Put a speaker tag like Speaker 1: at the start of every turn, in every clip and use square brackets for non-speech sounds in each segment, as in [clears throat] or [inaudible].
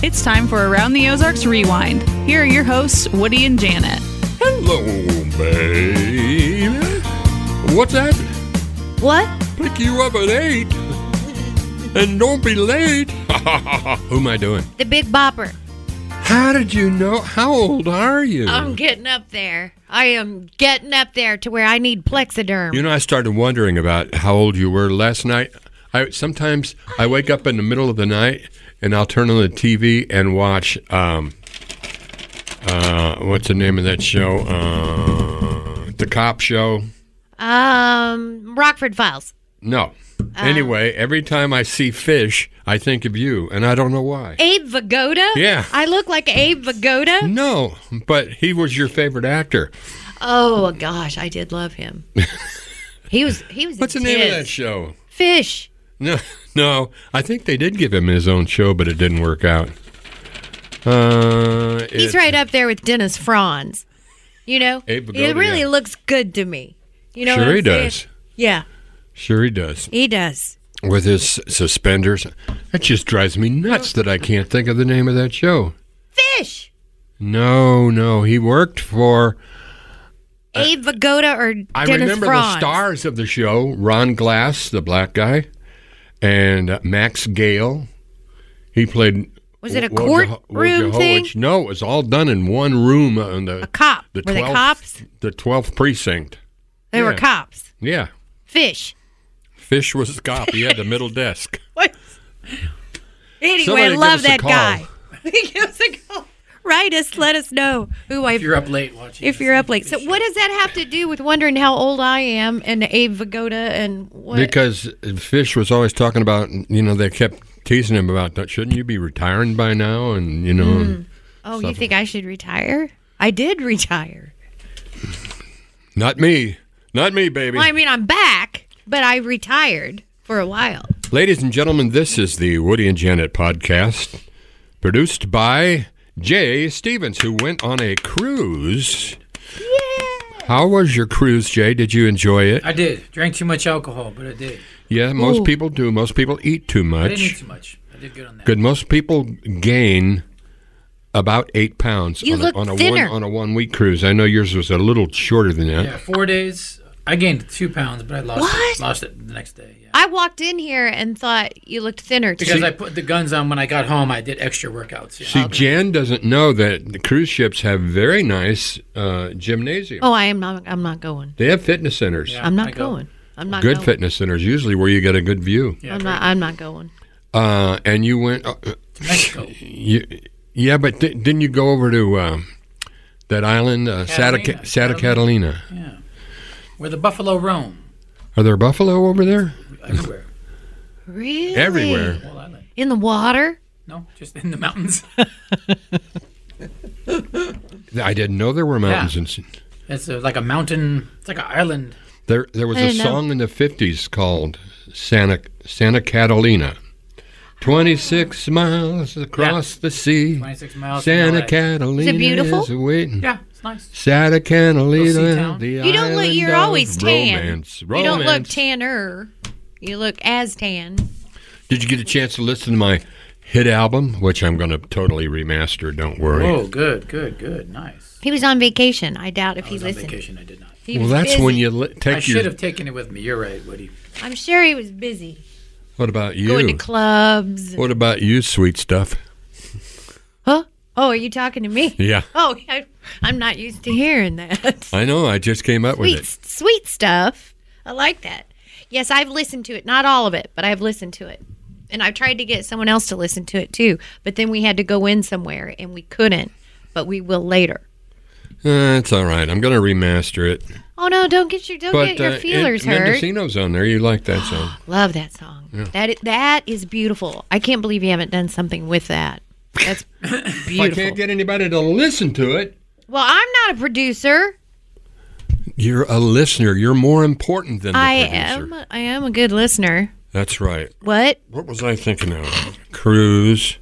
Speaker 1: It's time for Around the Ozarks Rewind. Here are your hosts, Woody and Janet.
Speaker 2: Hello, baby. What's that?
Speaker 3: What?
Speaker 2: Pick you up at eight. And don't be late. [laughs] Who am I doing?
Speaker 3: The Big Bopper.
Speaker 2: How did you know? How old are you?
Speaker 3: I'm getting up there. I am getting up there to where I need Plexiderm.
Speaker 2: You know, I started wondering about how old you were last night. I sometimes I wake up in the middle of the night and I'll turn on the TV and watch um, uh, what's the name of that show? Uh, the cop show.
Speaker 3: um, Rockford Files.
Speaker 2: No.
Speaker 3: Ah.
Speaker 2: anyway, every time I see fish, I think of you, and I don't know why.
Speaker 3: Abe Vigoda?
Speaker 2: Yeah.
Speaker 3: I look like Abe Vigoda?
Speaker 2: No, but he was your favorite actor.
Speaker 3: Oh gosh, I did
Speaker 2: [laughs]
Speaker 3: love him. he was he was
Speaker 2: What's the name of
Speaker 3: intense.
Speaker 2: that show?
Speaker 3: Fish.
Speaker 2: No, [laughs] no. I think they did give him his own show, but it didn't work out. Uh, it-
Speaker 3: He's right up there with Dennis Franz. You know?
Speaker 2: Abe
Speaker 3: He
Speaker 2: Vigoda,
Speaker 3: really
Speaker 2: yeah.
Speaker 3: looks good to me. You know
Speaker 2: Sure
Speaker 3: what I'm
Speaker 2: he
Speaker 3: saying?
Speaker 2: does.
Speaker 3: Yeah,
Speaker 2: Sure, he does.
Speaker 3: he does.
Speaker 2: With his suspenders, that just drives me nuts that I can't think of the name of that show.
Speaker 3: Fish.
Speaker 2: No, no. He worked for.
Speaker 3: Abe Vigoda or Dennis
Speaker 2: Uh, I remember
Speaker 3: Franz.
Speaker 2: the stars of the show: Ron Glass, the black guy, and uh, Max Gale. He played.
Speaker 3: Was it a
Speaker 2: Woj-
Speaker 3: courtroom
Speaker 2: Wojciechowicz.
Speaker 3: thing?
Speaker 2: No, it was all done in one room on the
Speaker 3: A cop.
Speaker 2: The
Speaker 3: were
Speaker 2: 12th,
Speaker 3: they cops?
Speaker 2: The 12th precinct.
Speaker 3: They were
Speaker 2: yeah.
Speaker 3: cops.
Speaker 2: Yeah.
Speaker 3: Fish.
Speaker 2: Fish was a cop. He had the middle desk.
Speaker 3: What? [laughs] Anyway,
Speaker 2: Somebody give
Speaker 3: love
Speaker 2: us a
Speaker 3: that
Speaker 2: call.
Speaker 3: guy. [laughs] give us a call. Write us. Let us know who I. If
Speaker 4: You're up late watching.
Speaker 3: If you're up late. So what does that have to do with wondering how old I am and Abe Vigoda and what?
Speaker 2: Because Fish was always talking about, you know, they kept teasing him about, "Don't- shouldn't you be retiring by now? And, you know,
Speaker 3: oh, you think I should retire? I did retire.
Speaker 2: not me. Not me, baby.
Speaker 3: Well, I mean, I'm back, but I retired for a while.
Speaker 2: Ladies and gentlemen, this is the Woody and Janet podcast, produced by Jay Stevens, who went on a cruise. How was your cruise, Jay? Did you enjoy it?
Speaker 4: I did. Drank too much alcohol, but I did.
Speaker 2: Yeah, most
Speaker 3: Ooh.
Speaker 2: people do. Most people eat too
Speaker 4: I
Speaker 2: much.
Speaker 4: didn't eat too much. I did good on that.
Speaker 2: Good. Most people gain about eight pounds
Speaker 3: You
Speaker 2: on,
Speaker 3: look
Speaker 2: a, on, a one,
Speaker 3: thinner.
Speaker 2: on a one week cruise. I know yours was a little shorter than that.
Speaker 4: Yeah, four days. I gained two pounds, but I lost
Speaker 3: What?
Speaker 4: it. Lost it the next day. Yeah.
Speaker 3: I walked in here and thought you looked thinner. Too.
Speaker 4: Because I put the guns on when I got home. I did extra workouts. Yeah.
Speaker 2: See, Jan doesn't know that the cruise ships have very nice uh, gymnasium.
Speaker 3: oh, I am not. I'm not going.
Speaker 2: They have fitness centers,
Speaker 4: Yeah,
Speaker 3: I'm
Speaker 4: I
Speaker 3: not
Speaker 4: go.
Speaker 3: going. I'm not
Speaker 2: good
Speaker 3: going.
Speaker 2: fitness centers, usually where you get a good view.
Speaker 4: Yeah,
Speaker 3: I'm not. I'm not going.
Speaker 2: Uh, and you went, uh, uh,
Speaker 4: Mexico.
Speaker 2: you, yeah, but di- didn't you go over to um, that island, uh, Santa, Ca-
Speaker 4: Catalina.
Speaker 2: Santa Catalina?
Speaker 4: Yeah. Where the buffalo roam
Speaker 2: Are there buffalo over there?
Speaker 4: everywhere.
Speaker 3: Really?
Speaker 2: Everywhere.
Speaker 4: Whole island.
Speaker 3: In the water?
Speaker 4: No, just in the
Speaker 2: [laughs]
Speaker 4: mountains.
Speaker 2: I didn't know there were mountains
Speaker 4: Yeah.
Speaker 2: in. San-
Speaker 4: it's a, like a mountain. It's like an island.
Speaker 2: There, there was
Speaker 3: I
Speaker 2: a
Speaker 3: didn't know.
Speaker 2: song in the fifties called Santa Santa Catalina. Twenty six miles across the sea.
Speaker 4: 26 miles from
Speaker 2: Santa
Speaker 4: LA.
Speaker 2: Catalina
Speaker 3: Is it beautiful?
Speaker 2: is waiting.
Speaker 4: Yeah, it's nice.
Speaker 2: Santa
Speaker 4: Little sea
Speaker 2: Catalina,
Speaker 4: town.
Speaker 2: the
Speaker 3: You don't look.
Speaker 2: island
Speaker 3: You're
Speaker 2: of
Speaker 3: always tan.
Speaker 2: Romance.
Speaker 3: You don't look
Speaker 2: Romance.
Speaker 3: tanner. You look as tan.
Speaker 2: Did you get a chance to listen to my hit album, which I'm going to totally remaster? Don't worry.
Speaker 4: Oh, good, good, good. Nice.
Speaker 3: He was on vacation. I doubt if
Speaker 4: I
Speaker 3: he
Speaker 4: was on
Speaker 3: listened.
Speaker 4: vacation. I did not.
Speaker 3: He
Speaker 2: well,
Speaker 3: was
Speaker 2: that's
Speaker 3: busy.
Speaker 2: when you li-
Speaker 4: I
Speaker 2: take
Speaker 4: should
Speaker 2: your.
Speaker 4: have taken it with me. You're right, Woody.
Speaker 3: I'm sure he was busy
Speaker 2: What about
Speaker 3: going to
Speaker 2: you?
Speaker 3: clubs.
Speaker 2: What about you, sweet stuff?
Speaker 3: Huh? Oh, are you talking to me?
Speaker 2: Yeah,
Speaker 3: Oh, I, I'm not used to hearing that.
Speaker 2: I know. I just came up
Speaker 3: sweet,
Speaker 2: with it.
Speaker 3: sweet stuff. I like that. Yes, I've listened to it. Not all of it, but I've listened to it. And I've tried to get someone else to listen to it too. But then we had to go in somewhere and we couldn't. But we will later.
Speaker 2: Uh, it's all right. I'm going to remaster it.
Speaker 3: Oh no! Don't get your don't get your
Speaker 2: uh,
Speaker 3: feelers
Speaker 2: it,
Speaker 3: hurt.
Speaker 2: Mendocino's on there. You like that
Speaker 3: [gasps]
Speaker 2: song?
Speaker 3: Love that song. That i- that is beautiful. I can't believe you haven't done something with that. That's
Speaker 2: [coughs] If I
Speaker 3: beautiful.
Speaker 2: can't get anybody to listen to it,
Speaker 3: well, I'm not a producer.
Speaker 2: you're a listener. You're more important than the
Speaker 3: I
Speaker 2: producer.
Speaker 3: am I am a good listener.
Speaker 2: That's right.
Speaker 3: What
Speaker 2: What was I thinking of? Cruise,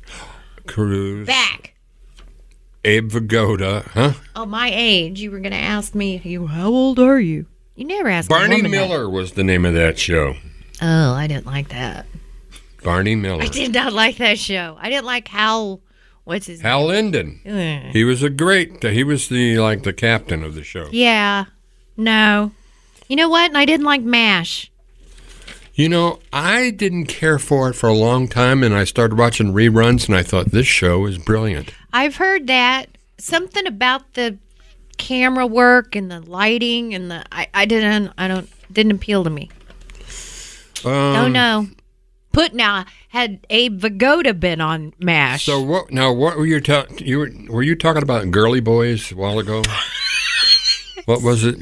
Speaker 2: Cruise,
Speaker 3: back?
Speaker 2: Abe Vigoda, huh?
Speaker 3: Oh, my age. You were gonna ask me. You how old are you? You never asked
Speaker 2: Barney Miller was the name of that show.
Speaker 3: Oh, I didn't like that. [laughs]
Speaker 2: Barney Miller.
Speaker 3: I did not like that show. I didn't like how What's his
Speaker 2: Hal Linden.
Speaker 3: name?
Speaker 2: He was a great. uh, He was the like the captain of the show.
Speaker 3: Yeah. No. You know what? And I didn't like MASH.
Speaker 2: You know, I didn't care for it for a long time, and I started watching reruns, and I thought this show is brilliant.
Speaker 3: I've heard that something about the camera work and the lighting and the I, I didn't I don't didn't appeal to me.
Speaker 2: Um,
Speaker 3: don't know. Putna uh, had Abe Vigoda been on MASH.
Speaker 2: So what? Now, what were you talking? You were, were you talking about girly boys a while ago? what was it?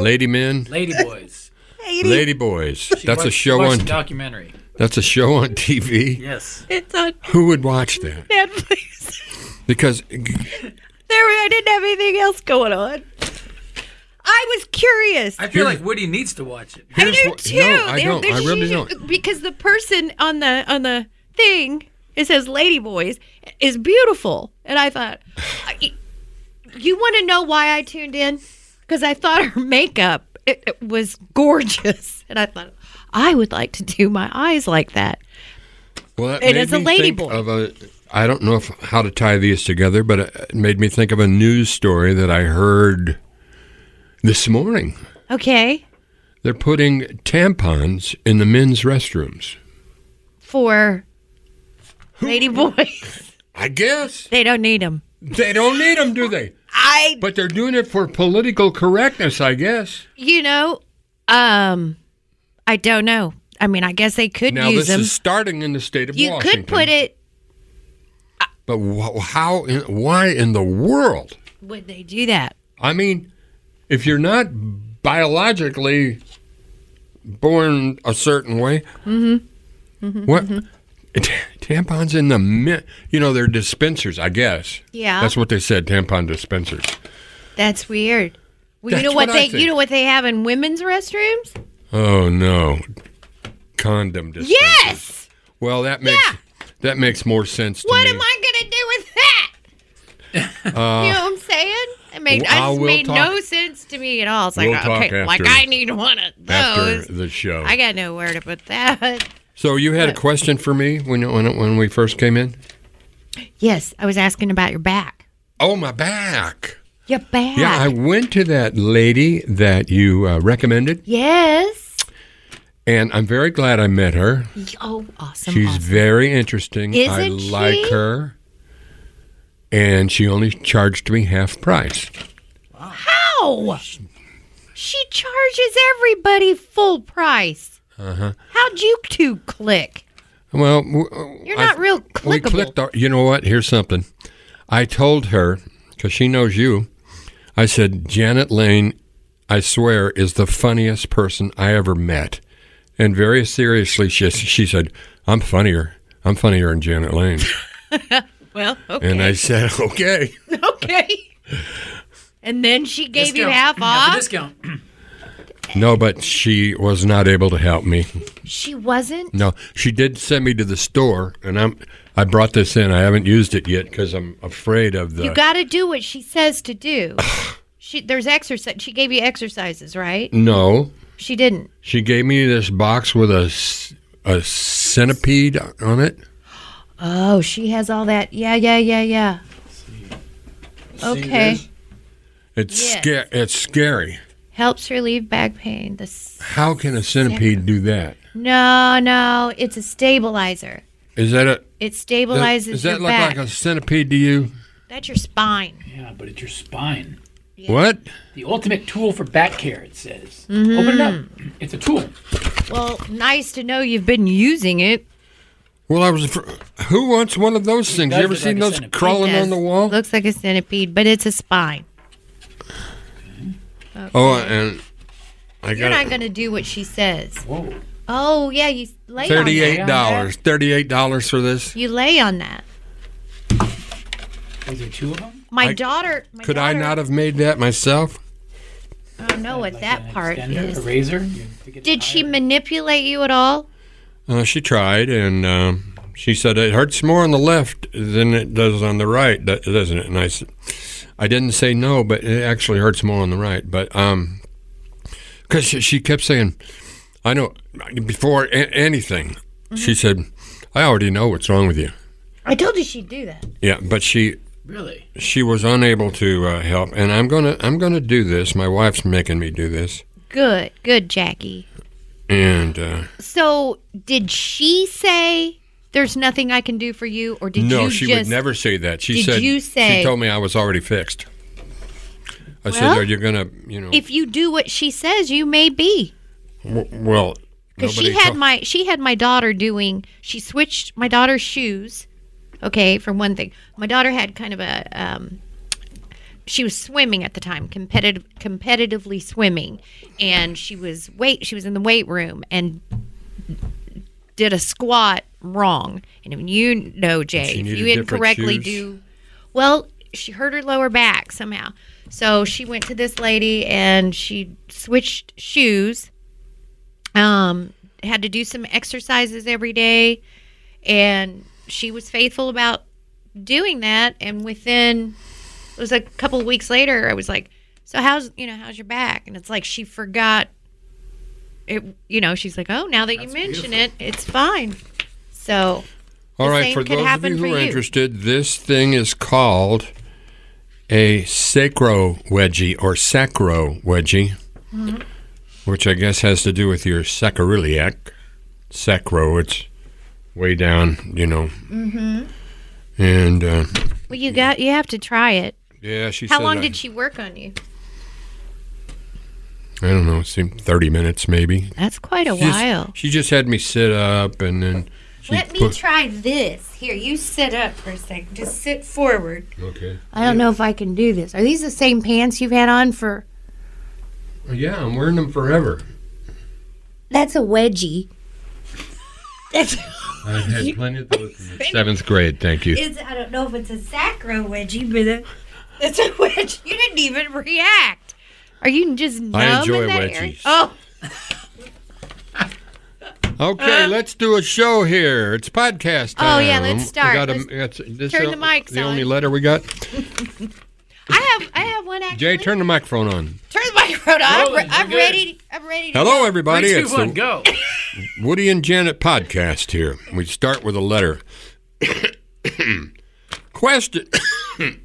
Speaker 2: Lady men,
Speaker 4: Lady Boys.
Speaker 2: lady boys. [laughs] That's a
Speaker 4: Watch-
Speaker 2: show
Speaker 4: watch
Speaker 2: on.
Speaker 4: the documentary.
Speaker 2: That's a show on TV.
Speaker 4: Yes.
Speaker 3: it's on
Speaker 2: Who would watch that?
Speaker 3: Netflix. [laughs]
Speaker 2: Because
Speaker 3: there I didn't have anything else going on. I was curious.
Speaker 4: I feel like Woody needs to watch it.
Speaker 3: I
Speaker 2: here's
Speaker 3: do
Speaker 2: what-
Speaker 3: too.
Speaker 2: No, I
Speaker 3: They're-
Speaker 2: don't.
Speaker 3: they're
Speaker 2: I really
Speaker 3: just-
Speaker 2: don't.
Speaker 3: Because the person on the on the thing it says "Lady Boys" is beautiful, and I thought, I- you want to know why I tuned in? Because I thought her makeup it, it was gorgeous, [laughs] and I thought I would like to do my eyes like that.
Speaker 2: Well, that
Speaker 3: And
Speaker 2: made
Speaker 3: it's a
Speaker 2: me
Speaker 3: lady
Speaker 2: think
Speaker 3: boy.
Speaker 2: Of a, I don't know if, how to tie these together, but it made me think of a news story that I heard this morning.
Speaker 3: Okay,
Speaker 2: They're putting tampons in the men's restrooms.
Speaker 3: for
Speaker 2: [laughs]
Speaker 3: Lady Boys,
Speaker 2: I guess
Speaker 3: they don't need them.
Speaker 2: they don't need them, do they?
Speaker 3: I
Speaker 2: But they're doing it for political correctness, I guess.
Speaker 3: you know, um, I don't know. I mean, I guess they could
Speaker 2: Now
Speaker 3: use
Speaker 2: this
Speaker 3: them.
Speaker 2: is starting in the state of
Speaker 3: You
Speaker 2: Washington.
Speaker 3: could put it.
Speaker 2: but wh- how? In, why in the world?
Speaker 3: Would they do that?
Speaker 2: I mean, if you're not biologically born a certain way,
Speaker 3: Mm-hmm.
Speaker 2: what t- [laughs] tampons in the mi- you know they're dispensers, I guess.
Speaker 3: Yeah.
Speaker 2: that's what they said. Tampon dispensers.
Speaker 3: That's weird. Well,
Speaker 2: That's
Speaker 3: you know what,
Speaker 2: what I
Speaker 3: they
Speaker 2: think.
Speaker 3: you know what they have in women's restrooms?
Speaker 2: Oh no, condom dispensers.
Speaker 3: Yes.
Speaker 2: Well, that makes
Speaker 3: Yeah.
Speaker 2: that makes more sense to
Speaker 3: What
Speaker 2: me.
Speaker 3: am I gonna do with that?
Speaker 2: [laughs]
Speaker 3: you know what I'm saying? It made
Speaker 2: w- Uh, I
Speaker 3: I just
Speaker 2: will
Speaker 3: made no
Speaker 2: talk-
Speaker 3: sense to me at all. It's like
Speaker 2: We'll talk
Speaker 3: okay, like
Speaker 2: after-
Speaker 3: I need one of
Speaker 2: after
Speaker 3: those.
Speaker 2: the show?
Speaker 3: I got nowhere to put that.
Speaker 2: so you had a question for me when when when we first came in?
Speaker 3: Yes, I was asking about your back.
Speaker 2: Oh, my back.
Speaker 3: Your back.
Speaker 2: Yeah, I went to that lady that you uh, recommended.
Speaker 3: yes.
Speaker 2: And I'm very glad I met her.
Speaker 3: Oh, awesome.
Speaker 2: She's
Speaker 3: awesome.
Speaker 2: very interesting. I
Speaker 3: Isn't
Speaker 2: like
Speaker 3: she?
Speaker 2: her. And she only charged me half price.
Speaker 3: How? She charges everybody full price.
Speaker 2: Uh-huh.
Speaker 3: How'd you two click?
Speaker 2: Well, w- uh,
Speaker 3: You're
Speaker 2: I-
Speaker 3: not real
Speaker 2: we
Speaker 3: clickable.
Speaker 2: clicked. Our, you know what? Here's something. I told her because she knows you. I said Janet Lane, I swear, is the funniest person I ever met. And very seriously, she she said, "I'm funnier. I'm funnier than Janet Lane."
Speaker 3: well, okay.
Speaker 2: And I said, [laughs]
Speaker 3: [laughs]
Speaker 2: "Okay."
Speaker 3: okay. And then she gave you
Speaker 4: Discount.
Speaker 3: half
Speaker 4: Have a
Speaker 3: off.
Speaker 4: discount. [clears throat]
Speaker 2: No, but she was not able to help me.
Speaker 3: She wasn't.
Speaker 2: No, she did send me to the store, and I'm I brought this in. I haven't used it yet because I'm afraid of the.
Speaker 3: You got to do what she says to do. she there's exercise. She gave you exercises, right?
Speaker 2: no,
Speaker 3: She didn't.
Speaker 2: she gave me this box with a c- a centipede on it.
Speaker 3: Oh, she has all that. Yeah, yeah, yeah, yeah. Okay.
Speaker 2: It's
Speaker 3: Yes.
Speaker 2: sca- It's scary.
Speaker 3: Helps relieve back pain. The s-
Speaker 2: How can a centipede do that?
Speaker 3: no, no, it's a stabilizer.
Speaker 2: Is that a
Speaker 3: It
Speaker 2: that,
Speaker 3: stabilizes
Speaker 2: does
Speaker 3: your
Speaker 2: that look
Speaker 3: back.
Speaker 2: like a centipede to you?
Speaker 3: That's your spine.
Speaker 4: Yeah, but it's your spine.
Speaker 2: What?
Speaker 4: The ultimate tool for back care, it says.
Speaker 3: Mm-hmm.
Speaker 4: Open it up. It's a tool.
Speaker 3: Well, nice to know you've been using it.
Speaker 2: Well, I was. Afr- who wants one of those things?
Speaker 4: does
Speaker 2: You ever
Speaker 4: look
Speaker 2: seen
Speaker 4: like a
Speaker 2: those
Speaker 4: centipede.
Speaker 2: crawling on the wall?
Speaker 3: Looks like a centipede, but it's a spine.
Speaker 2: Oh, and I
Speaker 3: You're
Speaker 2: got.
Speaker 3: not going to do what she says.
Speaker 4: Whoa.
Speaker 3: Oh, yeah, you lay on
Speaker 2: Thirty-eight
Speaker 3: that.
Speaker 2: dollars. Thirty-eight dollars for this.
Speaker 3: You lay on that.
Speaker 4: Is there two of them?
Speaker 3: My
Speaker 2: I-
Speaker 3: daughter. My
Speaker 2: Could I
Speaker 3: daughter-
Speaker 2: not have made that myself?
Speaker 3: I don't know what that part
Speaker 4: Extender,
Speaker 3: is.
Speaker 4: A razor? You- to get
Speaker 3: Did
Speaker 4: the
Speaker 3: she
Speaker 4: higher-
Speaker 3: manipulate you at all?
Speaker 2: Uh, she tried, and um, she said it hurts more on the left than it does on the right, do- doesn't it? And I, s- I didn't say no, but it actually hurts more on the right. But um 'cause because she, she kept saying, I
Speaker 3: Mm-hmm.
Speaker 2: know before a- anything, she said, I already know what's wrong with you.
Speaker 3: I told you she'd do that.
Speaker 2: Yeah, but she
Speaker 4: Really?
Speaker 2: she was unable to uh, help, and I'm gonna I'm gonna do this. My wife's making me do this,
Speaker 3: Good, good, Jackie.
Speaker 2: and uh,
Speaker 3: So, did she say there's nothing I can do for you, or did
Speaker 2: no,
Speaker 3: you
Speaker 2: she
Speaker 3: just
Speaker 2: would never say that. She
Speaker 3: did
Speaker 2: said
Speaker 3: you say-
Speaker 2: she told me I was already fixed. I
Speaker 3: Well,
Speaker 2: said, "Are you gonna you know?"
Speaker 3: if you do what she says, you may be.
Speaker 2: w- well,
Speaker 3: Because she
Speaker 2: nobody
Speaker 3: had
Speaker 2: told-
Speaker 3: my she had my daughter doing. She switched my daughter's shoes. Okay, for one thing, my daughter had kind of a. Um, she was swimming at the time, competitive, competitively swimming, and she was weight. She was in the weight room and did a squat wrong. And when you know, Jay, if
Speaker 2: needed
Speaker 3: you
Speaker 2: different
Speaker 3: incorrectly
Speaker 2: shoes?
Speaker 3: do well, she hurt her lower back somehow. So she went to this lady and she switched shoes. Um, had to do some exercises every day, and she was faithful about doing that. And within it was a couple of weeks later, I was like, "So how's you know how's your back?" And it's like she forgot. It you know she's like, "Oh, now that you mention it, it's fine." So
Speaker 2: All
Speaker 3: the
Speaker 2: right,
Speaker 3: same
Speaker 2: for
Speaker 3: could
Speaker 2: those of
Speaker 3: happen
Speaker 2: you
Speaker 3: for
Speaker 2: who are
Speaker 3: you.
Speaker 2: interested, this thing is called a sacro wedgie or sacro wedgie, which I guess has to do with your sacroiliac. Sacro, it's way down, you know. Mm-hmm. And uh,
Speaker 3: well, you got you have to try it.
Speaker 2: yeah, she.
Speaker 3: How
Speaker 2: said
Speaker 3: long
Speaker 2: I,
Speaker 3: did she work on you?
Speaker 2: I don't know. It seemed thirty minutes, maybe.
Speaker 3: That's quite a
Speaker 2: She just-
Speaker 3: while.
Speaker 2: she just had me sit up, and then she
Speaker 3: Let me
Speaker 2: put-
Speaker 3: try this. Here, you sit up for a second. Just sit forward.
Speaker 2: okay.
Speaker 3: I don't know if I can do this. Are these the same pants you've had on for?
Speaker 2: Yeah, I'm wearing them forever.
Speaker 3: That's a wedgie. That's,
Speaker 2: I've had plenty of those in
Speaker 3: [laughs]
Speaker 2: the seventh grade. Thank you.
Speaker 3: it's, I don't know if it's a sacro wedgie, but it- it's a wedgie. You didn't even react. Are you just numb
Speaker 2: I enjoy
Speaker 3: in that
Speaker 2: wedgies.
Speaker 3: area? Oh,
Speaker 2: Okay, let's do a show here. It's podcast
Speaker 3: um, Oh,
Speaker 2: time.
Speaker 3: yeah, let's
Speaker 2: We
Speaker 3: start.
Speaker 2: got a-
Speaker 3: Let's
Speaker 2: that's- this
Speaker 3: turn
Speaker 2: o-
Speaker 3: the mics
Speaker 2: The
Speaker 3: on.
Speaker 2: only letter we got.
Speaker 3: I have I have one actually.
Speaker 2: Jay, turn the microphone on.
Speaker 3: Turn the microphone on. I'm, re-
Speaker 4: Rolling, we're
Speaker 3: I'm
Speaker 4: good.
Speaker 3: ready. I'm ready. To
Speaker 2: Hello,
Speaker 3: go.
Speaker 2: everybody.
Speaker 4: Three, two,
Speaker 2: it's
Speaker 4: one,
Speaker 2: the
Speaker 4: go.
Speaker 2: Woody and Janet podcast here. We start with a letter. [coughs] Question. [coughs]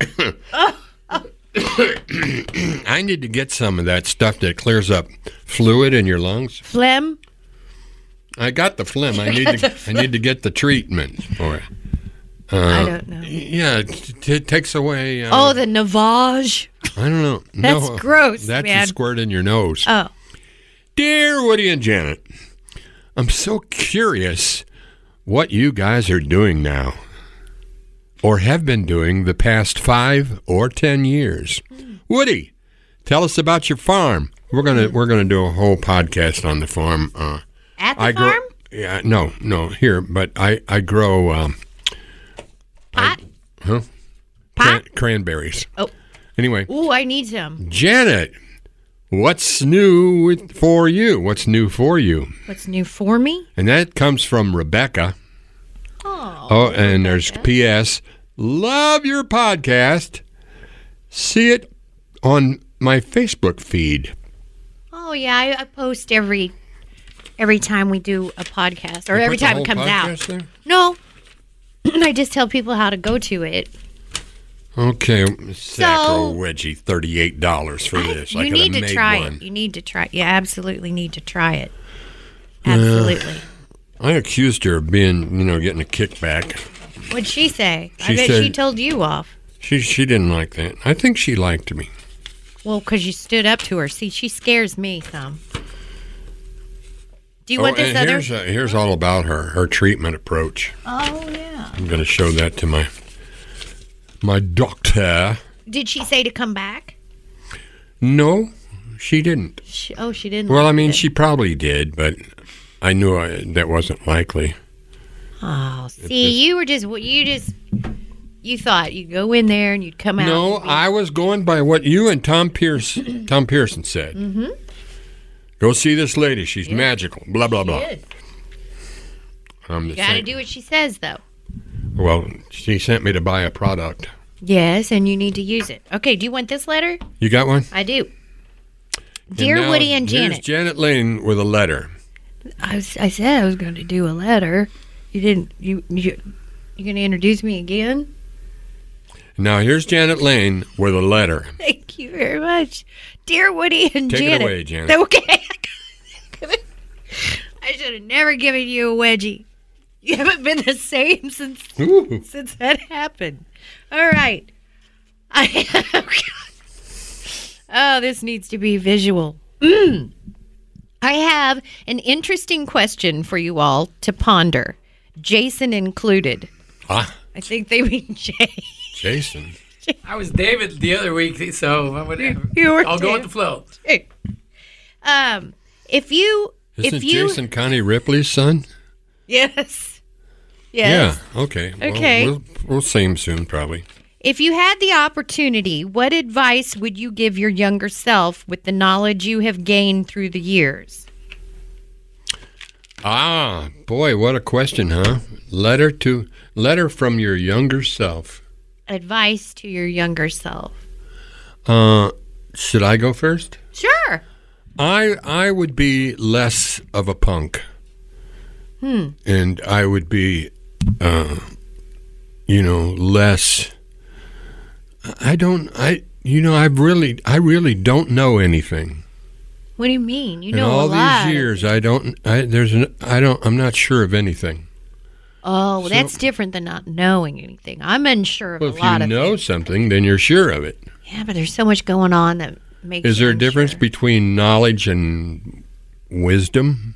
Speaker 2: I need to get some of that stuff that clears up fluid in your lungs.
Speaker 3: Phlegm.
Speaker 2: I got the phlegm. I need to. I need to get the treatment for it. Uh,
Speaker 3: I don't know.
Speaker 2: Yeah, it, it takes away. Uh,
Speaker 3: Oh, the navage.
Speaker 2: I don't know.
Speaker 3: That's
Speaker 2: no,
Speaker 3: gross,
Speaker 2: That's
Speaker 3: man.
Speaker 2: a squirt in your nose.
Speaker 3: Oh.
Speaker 2: Dear Woody and Janet, I'm so curious what you guys are doing now or have been doing the past five or ten years. Woody, tell us about your farm. We're gonna
Speaker 3: Mm.
Speaker 2: we're gonna do a whole podcast on the farm. Uh,
Speaker 3: At the
Speaker 2: I
Speaker 3: farm?
Speaker 2: grow. Yeah, no, no, here, but I I grow um,
Speaker 3: Pot?
Speaker 2: huh?
Speaker 3: Pot?
Speaker 2: Cran- cranberries.
Speaker 3: Oh.
Speaker 2: Anyway,
Speaker 3: Ooh, I need some.
Speaker 2: Janet, what's new with, for you? What's new for you?
Speaker 3: What's new for me?
Speaker 2: And that comes from Rebecca.
Speaker 3: Oh.
Speaker 2: Oh, and there's P.S. Love your podcast. See it on my Facebook feed.
Speaker 3: Oh yeah, I, I post every every time we do a podcast or every time it comes out. No. [clears throat] I just tell people how to go to it.
Speaker 2: Okay, sacro wedgie, thirty-eight dollars for this. I coulda
Speaker 3: you need to
Speaker 2: made
Speaker 3: try
Speaker 2: one.
Speaker 3: it. You need to try. You absolutely need to try it. Absolutely.
Speaker 2: I accused her of being, you know, getting a kickback.
Speaker 3: What'd she say? I
Speaker 2: She
Speaker 3: bet she
Speaker 2: said-
Speaker 3: told you off.
Speaker 2: She she didn't like that. I think she liked me.
Speaker 3: Well, because you stood up to her. See, she scares me some. Do you want
Speaker 2: oh,
Speaker 3: this
Speaker 2: and
Speaker 3: other?
Speaker 2: here's uh, here's all about her her treatment approach.
Speaker 3: oh yeah.
Speaker 2: I'm going to show that to my my doctor.
Speaker 3: Did she say to come back?
Speaker 2: No, she didn't.
Speaker 3: She, oh, she didn't.
Speaker 2: Well, I
Speaker 3: like
Speaker 2: mean,
Speaker 3: it.
Speaker 2: she probably did, but I knew I, that wasn't likely.
Speaker 3: Oh, see, you were just what you just you thought you'd go in there and you'd come out.
Speaker 2: No,
Speaker 3: and be-
Speaker 2: I was going by what you and Tom Pierce
Speaker 3: [clears throat]
Speaker 2: Tom Pearson said. Mm-hmm. Go see this lady; she's magical. Blah blah blah.
Speaker 3: is.
Speaker 2: I'm the
Speaker 3: you gotta
Speaker 2: same.
Speaker 3: do what she says though.
Speaker 2: well, she sent me to buy a product.
Speaker 3: Yes, and you need to use it. Okay, do you want this letter?
Speaker 2: You got one,
Speaker 3: I do. Dear
Speaker 2: now
Speaker 3: Woody and
Speaker 2: here's
Speaker 3: Janet,
Speaker 2: Janet Lane with a letter.
Speaker 3: I, was, I said I was going to do a letter. You didn't. You, you You're going to introduce me again? [laughs]
Speaker 2: Now here's Janet Lane with a letter.
Speaker 3: Thank you very much. Dear Woody and
Speaker 2: Take it
Speaker 3: Janet.
Speaker 2: away, Janet.
Speaker 3: [laughs] Okay. I should have never given you a wedgie. You haven't been the same since
Speaker 2: Ooh.
Speaker 3: since that [laughs] happened. All right. I, [laughs] oh, this needs to be visual. [clears throat] Mm. I have an interesting question for you all to ponder, Jason included.
Speaker 2: Ah,
Speaker 3: I think they mean [laughs] Jay.
Speaker 2: Jason.
Speaker 5: I was David the other week, so I would,
Speaker 3: You were
Speaker 5: I'll go with
Speaker 3: David.
Speaker 5: the flow.
Speaker 3: Um, if you,
Speaker 2: Isn't
Speaker 3: if you,
Speaker 2: Jason Connie Ripley's son?
Speaker 3: yes, yes.
Speaker 2: Yeah. Okay. Well,
Speaker 3: Okay.
Speaker 2: we'll, we'll see him soon, probably.
Speaker 3: If you had the opportunity, what advice would you give your younger self with the knowledge you have gained through the years?
Speaker 2: Ah, boy, what a question, huh? Letter to letter from your younger self.
Speaker 3: Advice to your younger self.
Speaker 2: Uh, should I go first?
Speaker 3: Sure.
Speaker 2: I I would be less of a punk.
Speaker 3: Hmm.
Speaker 2: And I would be uh you know, less I don't I you know, I've really I really don't know anything.
Speaker 3: What do you mean? You
Speaker 2: In
Speaker 3: know
Speaker 2: all
Speaker 3: a lot.
Speaker 2: these years I don't I there's an I don't I'm not sure of anything.
Speaker 3: Oh, that's different than not knowing anything. I'm unsure of
Speaker 2: Well,
Speaker 3: a
Speaker 2: if
Speaker 3: lot
Speaker 2: you
Speaker 3: of
Speaker 2: know
Speaker 3: things.
Speaker 2: something, then you're sure of it.
Speaker 3: Yeah, but there's so much going on that makes.
Speaker 2: Is there
Speaker 3: you
Speaker 2: a difference
Speaker 3: unsure.
Speaker 2: between knowledge and wisdom?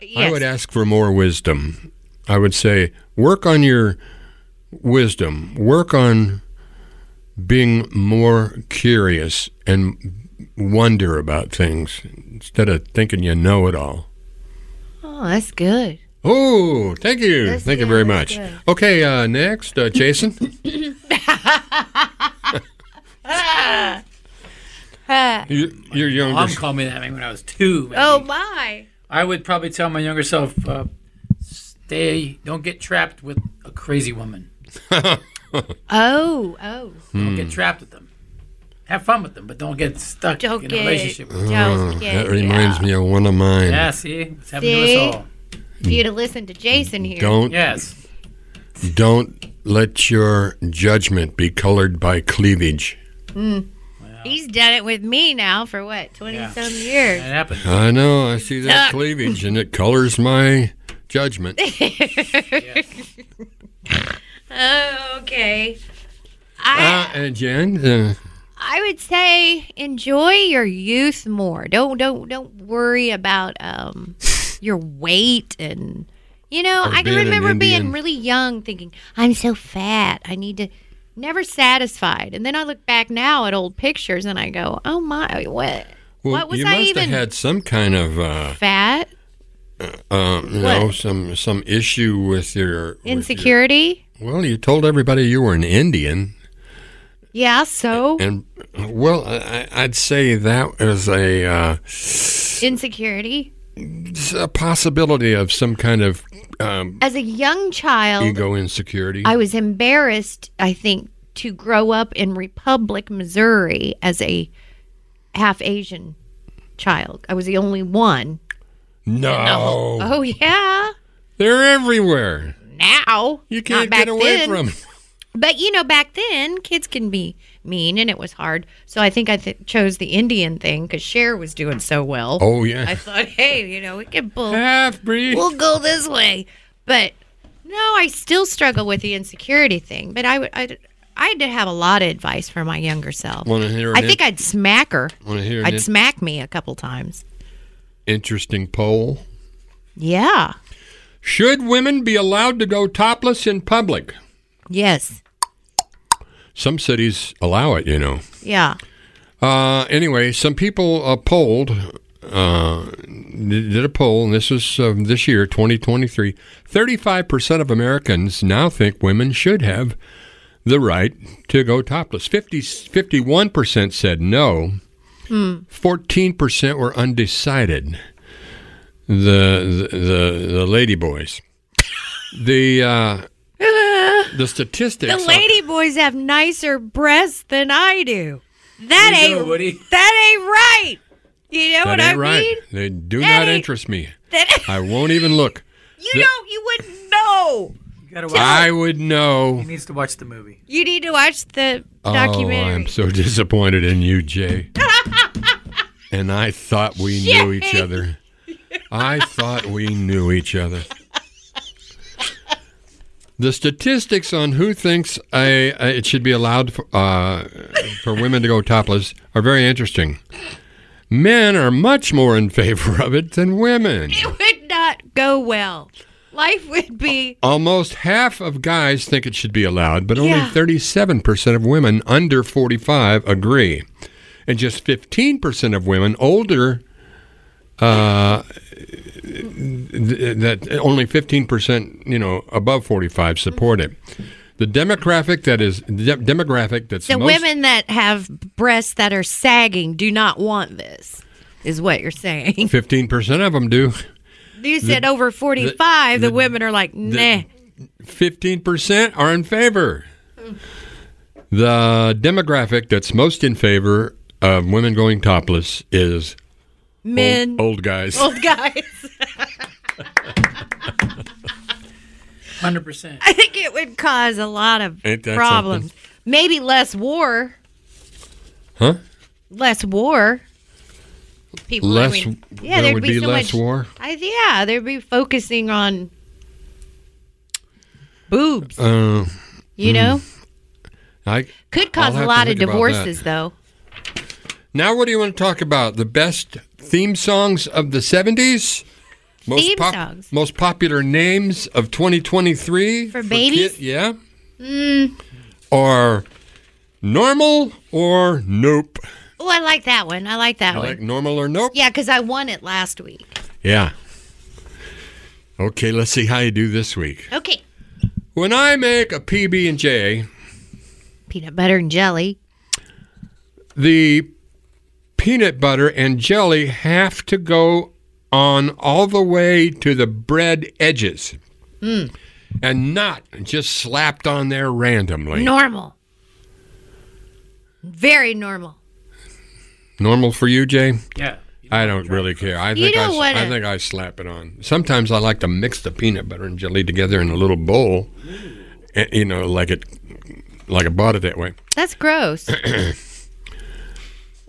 Speaker 3: Yes.
Speaker 2: I would ask for more wisdom. I would say, work on your wisdom, work on being more curious and wonder about things instead of thinking you know it all.
Speaker 3: oh, that's good.
Speaker 2: Oh, thank you.
Speaker 3: That's
Speaker 2: thank you
Speaker 3: good,
Speaker 2: very
Speaker 3: that's
Speaker 2: much.
Speaker 3: good.
Speaker 2: Okay, uh, next, uh,
Speaker 3: [laughs]
Speaker 2: Jason. you, you're younger.
Speaker 5: Mom called me that when I was two. maybe.
Speaker 3: Oh my!
Speaker 5: I would probably tell my younger self, uh, stay, don't get trapped with a crazy woman.
Speaker 3: Oh, oh!
Speaker 5: Don't get trapped with them. Have fun with them, but don't get stuck
Speaker 3: Don't
Speaker 5: in
Speaker 3: get-
Speaker 5: a relationship with them.
Speaker 3: Don't get
Speaker 2: Uh, that reminds me of one of mine.
Speaker 5: Yeah, see? It's happened
Speaker 3: See?
Speaker 5: to us all.
Speaker 3: If you'd have listened to Jason here,
Speaker 2: Don't
Speaker 5: Yes.
Speaker 2: Don't let your judgment be colored by cleavage.
Speaker 3: he's done it with me now for what twenty
Speaker 5: Yeah.
Speaker 3: some
Speaker 5: That
Speaker 3: years.
Speaker 5: happened.
Speaker 2: I know, I see
Speaker 3: Ah.
Speaker 2: that cleavage and it colors my
Speaker 3: [laughs]
Speaker 2: judgment.
Speaker 3: Oh, okay. I
Speaker 2: Uh, and Jen, uh,
Speaker 3: I would say enjoy your youth more. Don't don't don't worry about um
Speaker 2: [laughs]
Speaker 3: your weight and you know,
Speaker 2: Or
Speaker 3: I can
Speaker 2: being an
Speaker 3: remember being
Speaker 2: Indian.
Speaker 3: really young thinking, I'm so fat. I need to never satisfied. And then I look back now at old pictures and I go, "Oh my, what?
Speaker 2: well,
Speaker 3: What was
Speaker 2: you
Speaker 3: I
Speaker 2: must
Speaker 3: even-
Speaker 2: have had some kind of, uh,
Speaker 3: Fat?
Speaker 2: uh, you know,
Speaker 3: What?
Speaker 2: some some issue with your with your-
Speaker 3: Insecurity?"
Speaker 2: well, you told everybody you were an Indian, [laughs]
Speaker 3: Yeah, so
Speaker 2: and well, I, I'd say that was a uh,
Speaker 3: insecurity.
Speaker 2: a possibility of some kind of um,
Speaker 3: As a young child,
Speaker 2: ego insecurity.
Speaker 3: Oh. I was embarrassed, I think, to grow up in Republic, Missouri as a half Asian child. I was the only one.
Speaker 2: no,
Speaker 3: Oh, yeah.
Speaker 2: they're everywhere.
Speaker 3: Now.
Speaker 2: You
Speaker 3: not
Speaker 2: can't
Speaker 3: back
Speaker 2: get away
Speaker 3: then.
Speaker 2: from.
Speaker 3: But, you know, back then, kids can be mean and it was hard. So I think I th- chose the Indian thing because Cher was doing so well.
Speaker 2: Oh yeah.
Speaker 3: I thought, hey, you know, we can
Speaker 2: [laughs]
Speaker 3: pull
Speaker 2: half breed.
Speaker 3: we'll go this way. But no, I still struggle with the insecurity thing. But I would, I'd, I'd have a lot of advice for my younger self.
Speaker 2: Want to hear? An
Speaker 3: I think I'd smack her.
Speaker 2: want to hear an
Speaker 3: I'd smack me a couple times.
Speaker 2: interesting poll.
Speaker 3: Yeah.
Speaker 2: Should women be allowed to go topless in public?
Speaker 3: Yes.
Speaker 2: Some cities allow it, you know.
Speaker 3: Yeah.
Speaker 2: Uh, anyway, some people uh, polled, uh, did did a poll, and this is uh, this year, 2023. 35% of Americans now think women should have the right to go topless. 50, 51% said no.
Speaker 3: Hmm.
Speaker 2: 14% were undecided. The the the, the lady boys. The
Speaker 3: [laughs]
Speaker 2: uh, the statistics.
Speaker 3: The
Speaker 2: are-
Speaker 3: lady boys have nicer breasts than I do. That
Speaker 5: There you
Speaker 3: ain't
Speaker 5: go, Woody.
Speaker 3: that ain't right. You know
Speaker 2: that ain't
Speaker 3: what I
Speaker 2: right.
Speaker 3: mean?
Speaker 2: They do
Speaker 3: That
Speaker 2: not
Speaker 3: ain't- [laughs]
Speaker 2: interest me.
Speaker 3: That
Speaker 2: I won't even look.
Speaker 3: you don't you wouldn't know.
Speaker 5: You gotta watch.
Speaker 2: I would know.
Speaker 5: he needs to watch the movie.
Speaker 3: You need to watch the
Speaker 2: Oh,
Speaker 3: documentary.
Speaker 2: I'm so disappointed in you, Jay. and I thought we knew each other. I thought we knew each other. The statistics on who thinks I, I, it should be allowed for, uh, for women to go topless are very interesting. Men are much more in favor of it than women.
Speaker 3: [laughs] it would not go well. Life would be.
Speaker 2: Almost half of guys think it should be allowed, but only
Speaker 3: Yeah.
Speaker 2: 37% of women under 45 agree. And just 15% of women older, uh, th- that only 15%, you know, above 45 support it. The demographic that is de- demographic that's
Speaker 3: The
Speaker 2: most,
Speaker 3: women that have breasts that are sagging do not want this, is what you're saying. [laughs]
Speaker 2: 15% of them do.
Speaker 3: You said over 45, the, women are like, nah.
Speaker 2: 15% are in favor. The demographic that's most in favor of women going topless is
Speaker 3: men. Oh.
Speaker 2: old, old guys.
Speaker 3: [laughs] old guys. [laughs]
Speaker 5: Hundred percent.
Speaker 3: I think it would cause a lot of
Speaker 2: Ain't that
Speaker 3: problems. Maybe less war.
Speaker 2: Huh?
Speaker 3: Less war. People
Speaker 2: Less-
Speaker 3: I mean,
Speaker 2: there would be less war?
Speaker 3: I, yeah, they'd be focusing on boobs.
Speaker 2: Uh,
Speaker 3: you know,
Speaker 2: I,
Speaker 3: could cause
Speaker 2: have
Speaker 3: a
Speaker 2: to
Speaker 3: lot of
Speaker 2: think about that.
Speaker 3: divorces, though.
Speaker 2: now, what do you want to talk about? The best theme songs of the 70s? Most
Speaker 3: Theme songs.
Speaker 2: Most popular names of 2023?
Speaker 3: For babies? Mm.
Speaker 2: yeah. Or normal or nope?
Speaker 3: Oh, I like that one. I like that
Speaker 2: I
Speaker 3: one.
Speaker 2: like normal or nope?
Speaker 3: yeah, because I won it last week.
Speaker 2: Yeah. Okay, let's see how you do this week.
Speaker 3: Okay,
Speaker 2: When I make a PB and J,
Speaker 3: peanut butter and jelly.
Speaker 2: the peanut butter and jelly have to go on all the way to the bread edges. And not just slapped on there randomly.
Speaker 3: Normal. Very normal.
Speaker 2: Normal for you, Jay?
Speaker 5: Yeah.
Speaker 2: I don't really care. I think
Speaker 3: don't
Speaker 2: I, s-
Speaker 3: wanna-
Speaker 2: I think I slap it on. Sometimes I like to mix the peanut butter and jelly together in a little bowl. eh, You know, like it like I bought it that way. [coughs]
Speaker 3: That's gross. Uh,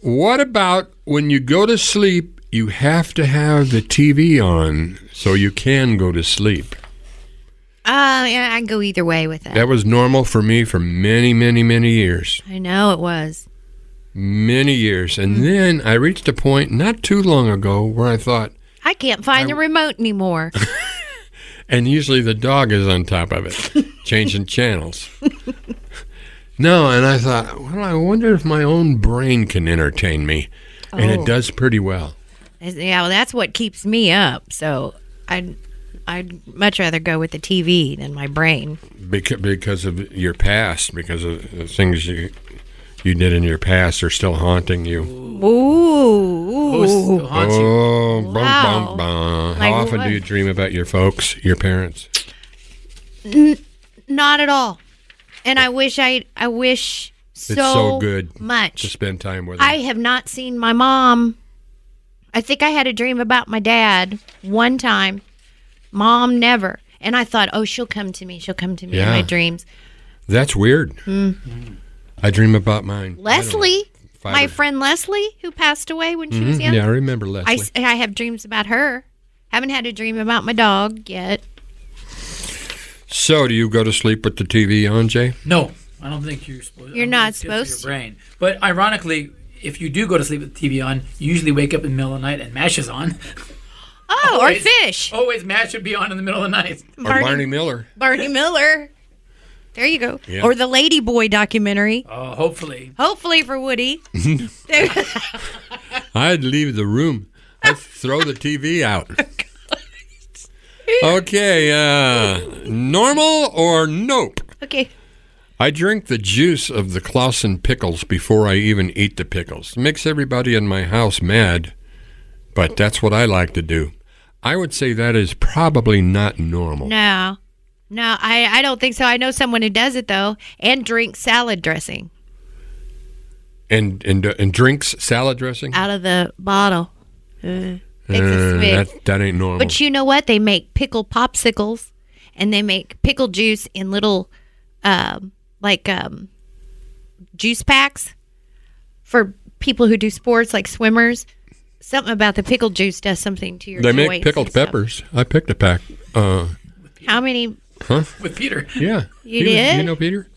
Speaker 2: What about when you go to sleep, you have to have the TV on so you can go to sleep?
Speaker 3: Uh, yeah, I can go either way with that.
Speaker 2: That was normal for me for many, many, many years.
Speaker 3: I know it was.
Speaker 2: Many years. And then I reached a point not too long ago where I thought,
Speaker 3: I can't find the remote
Speaker 2: [laughs]
Speaker 3: anymore.
Speaker 2: and usually the dog is on top of it, changing channels. no, and I thought, well, I wonder if my own brain can entertain me. And
Speaker 3: Oh.
Speaker 2: it does pretty well.
Speaker 3: I said, yeah, well, that's what keeps me up. So I'd, I'd much rather go with the TV than my brain.
Speaker 2: because because of your past, because of the things you you did in your past are still haunting you.
Speaker 3: Ooh.
Speaker 5: Ghosts still haunt you.
Speaker 2: Oh, bum,
Speaker 3: Wow.
Speaker 2: bum, bum.
Speaker 3: Like
Speaker 2: how often
Speaker 3: what?
Speaker 2: do you dream about your folks, your parents?
Speaker 3: Not at all. And I wish I, I wish so,
Speaker 2: It's so good.
Speaker 3: much.
Speaker 2: To spend time with them.
Speaker 3: I have not seen my mom. I think I had a dream about my dad one time. Mom never. And I thought, oh, she'll come to me. She'll come to me in my
Speaker 2: Yeah.
Speaker 3: dreams.
Speaker 2: That's weird. I dream about mine. I don't know.
Speaker 3: Hmm. Leslie,
Speaker 2: Five
Speaker 3: my
Speaker 2: of-
Speaker 3: friend Leslie, who passed away when she was young.
Speaker 2: Mm-hmm. Yeah, I remember Leslie.
Speaker 3: I, s- I have dreams about her. Haven't had a dream about my dog yet.
Speaker 2: so, do you go to sleep with the TV on, Jay?
Speaker 5: No, I don't think you're supposed.
Speaker 3: You're
Speaker 5: I don't
Speaker 3: not
Speaker 5: think it's good for
Speaker 3: supposed to.
Speaker 5: Your brain, but ironically, if you do go to sleep with the TV on, you usually wake up in the middle of the night and Mash is on. [laughs]
Speaker 3: Oh, or
Speaker 5: Always-
Speaker 3: fish.
Speaker 5: Always Mash would be on in the middle of the night.
Speaker 2: Or
Speaker 3: Barney-
Speaker 2: Barney Miller?
Speaker 3: Barney Miller. There you go.
Speaker 2: Yeah.
Speaker 3: Or the Lady Boy documentary.
Speaker 5: Oh, hopefully.
Speaker 3: Hopefully
Speaker 2: [laughs]
Speaker 3: for Woody. [laughs]
Speaker 2: I'd leave the room.
Speaker 3: [laughs]
Speaker 2: I'd throw the TV out.
Speaker 3: Oh,
Speaker 2: Okay, uh, normal or nope?
Speaker 3: Okay.
Speaker 2: I drink the juice of the Clausen pickles before I even eat the pickles. Makes everybody in my house mad, but that's what I like to do. I would say that is probably not normal.
Speaker 3: No. No, I, I don't think so. I know someone who does it though and drinks salad dressing
Speaker 2: And and uh, and drinks salad dressing.
Speaker 3: out of the bottle. Uh, takes
Speaker 2: Uh,
Speaker 3: Uh, a spit.
Speaker 2: that that ain't normal.
Speaker 3: But you know what? They make pickle popsicles and they make pickle juice in little um, like um, juice packs for people who do sports like swimmers. Something about the pickle juice does something to your.
Speaker 2: They make
Speaker 3: joints
Speaker 2: pickled
Speaker 3: and stuff.
Speaker 2: peppers. I picked a pack. Uh,
Speaker 3: How many?
Speaker 5: with Peter.
Speaker 2: yeah.
Speaker 3: You
Speaker 2: He was-
Speaker 3: did?
Speaker 2: you know Peter?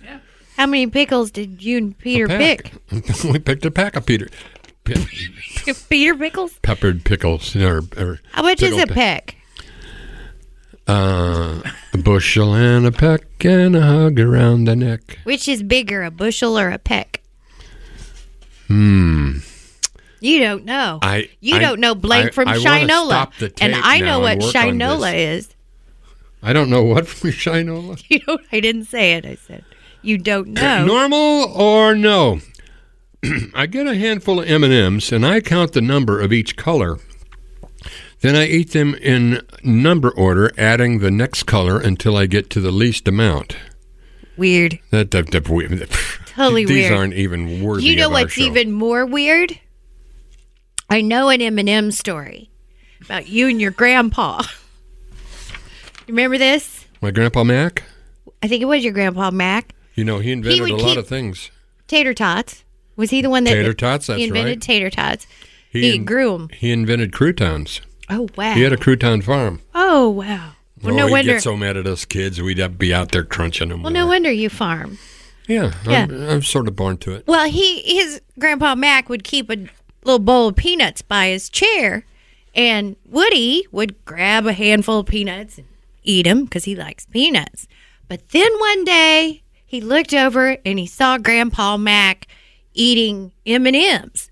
Speaker 3: How many pickles did you and Peter pick?
Speaker 2: Pack. [laughs] we picked a pack of Peter. Pe-
Speaker 3: [laughs] Peter pickles.
Speaker 2: peppered pickles. Or, or
Speaker 3: How much is a
Speaker 2: pickled
Speaker 3: peck?
Speaker 2: Uh, a bushel and a peck and a hug around the neck.
Speaker 3: Which is bigger, a bushel or a peck? Hmm. You don't know.
Speaker 2: I-
Speaker 3: you
Speaker 2: I-
Speaker 3: don't know
Speaker 2: I-
Speaker 3: Blank from
Speaker 2: I wanna
Speaker 3: Shinola.
Speaker 2: stop the tape
Speaker 3: And I know
Speaker 2: now
Speaker 3: what
Speaker 2: and work on
Speaker 3: Shinola is. [laughs]
Speaker 2: I don't know what [laughs] from Shinola.
Speaker 3: You don't I didn't say it. I said you don't know.
Speaker 2: Normal or no? [clears throat] I get a handful of M&Ms and I count the number of each color. Then I eat them in number order, adding the next color until I get to the least amount.
Speaker 3: weird.
Speaker 2: That, that, that we- [laughs]
Speaker 3: Totally
Speaker 2: these
Speaker 3: weird.
Speaker 2: aren't even worthy.
Speaker 3: You know
Speaker 2: of our
Speaker 3: what's
Speaker 2: show.
Speaker 3: even more weird? I know an Eminem story about you and your grandpa. [laughs] Remember this?
Speaker 2: my grandpa Mac.
Speaker 3: I think it was your grandpa Mac.
Speaker 2: You know he invented
Speaker 3: would
Speaker 2: a lot
Speaker 3: keep-
Speaker 2: of things.
Speaker 3: Tater tots. Was he the one that
Speaker 2: Tater tots, that's
Speaker 3: he invented
Speaker 2: right.
Speaker 3: tater tots? He,
Speaker 2: in-
Speaker 3: grew 'em. grew them.
Speaker 2: He invented croutons.
Speaker 3: Oh wow.
Speaker 2: He had a crouton farm.
Speaker 3: oh wow. Well,
Speaker 2: oh,
Speaker 3: no
Speaker 2: he'd
Speaker 3: wonder.
Speaker 2: get so mad at us kids. We'd have- be out there crunching them.
Speaker 3: well, no wonder you farm.
Speaker 2: Yeah,
Speaker 3: Yeah.
Speaker 2: I'm, I'm sort of born to it.
Speaker 3: Well, he his grandpa Mac would keep a little bowl of peanuts by his chair, and Woody would grab a handful of peanuts and eat them because he likes peanuts. But then one day he looked over and he saw Grandpa Mac eating M and M's,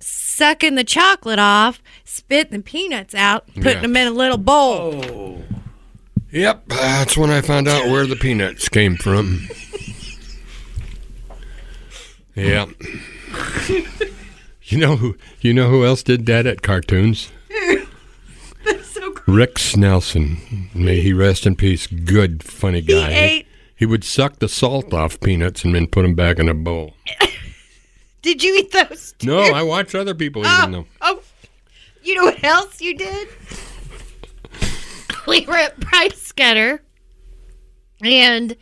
Speaker 3: sucking the chocolate off, spitting the peanuts out, putting
Speaker 2: Yeah.
Speaker 3: them in a little bowl.
Speaker 2: Yep, that's when I found out where the peanuts came from. yeah. you know who? You know who else did that at
Speaker 3: [laughs]
Speaker 2: cartoons? Rick Snelson, may he rest in peace. Good, funny guy.
Speaker 3: ate-
Speaker 2: he would suck the salt off peanuts and then put them back in a bowl.
Speaker 3: Did you eat those? too?
Speaker 2: No, I watch other people eat them. though.
Speaker 3: Oh, you know what else you did? we were at Price Cutter, and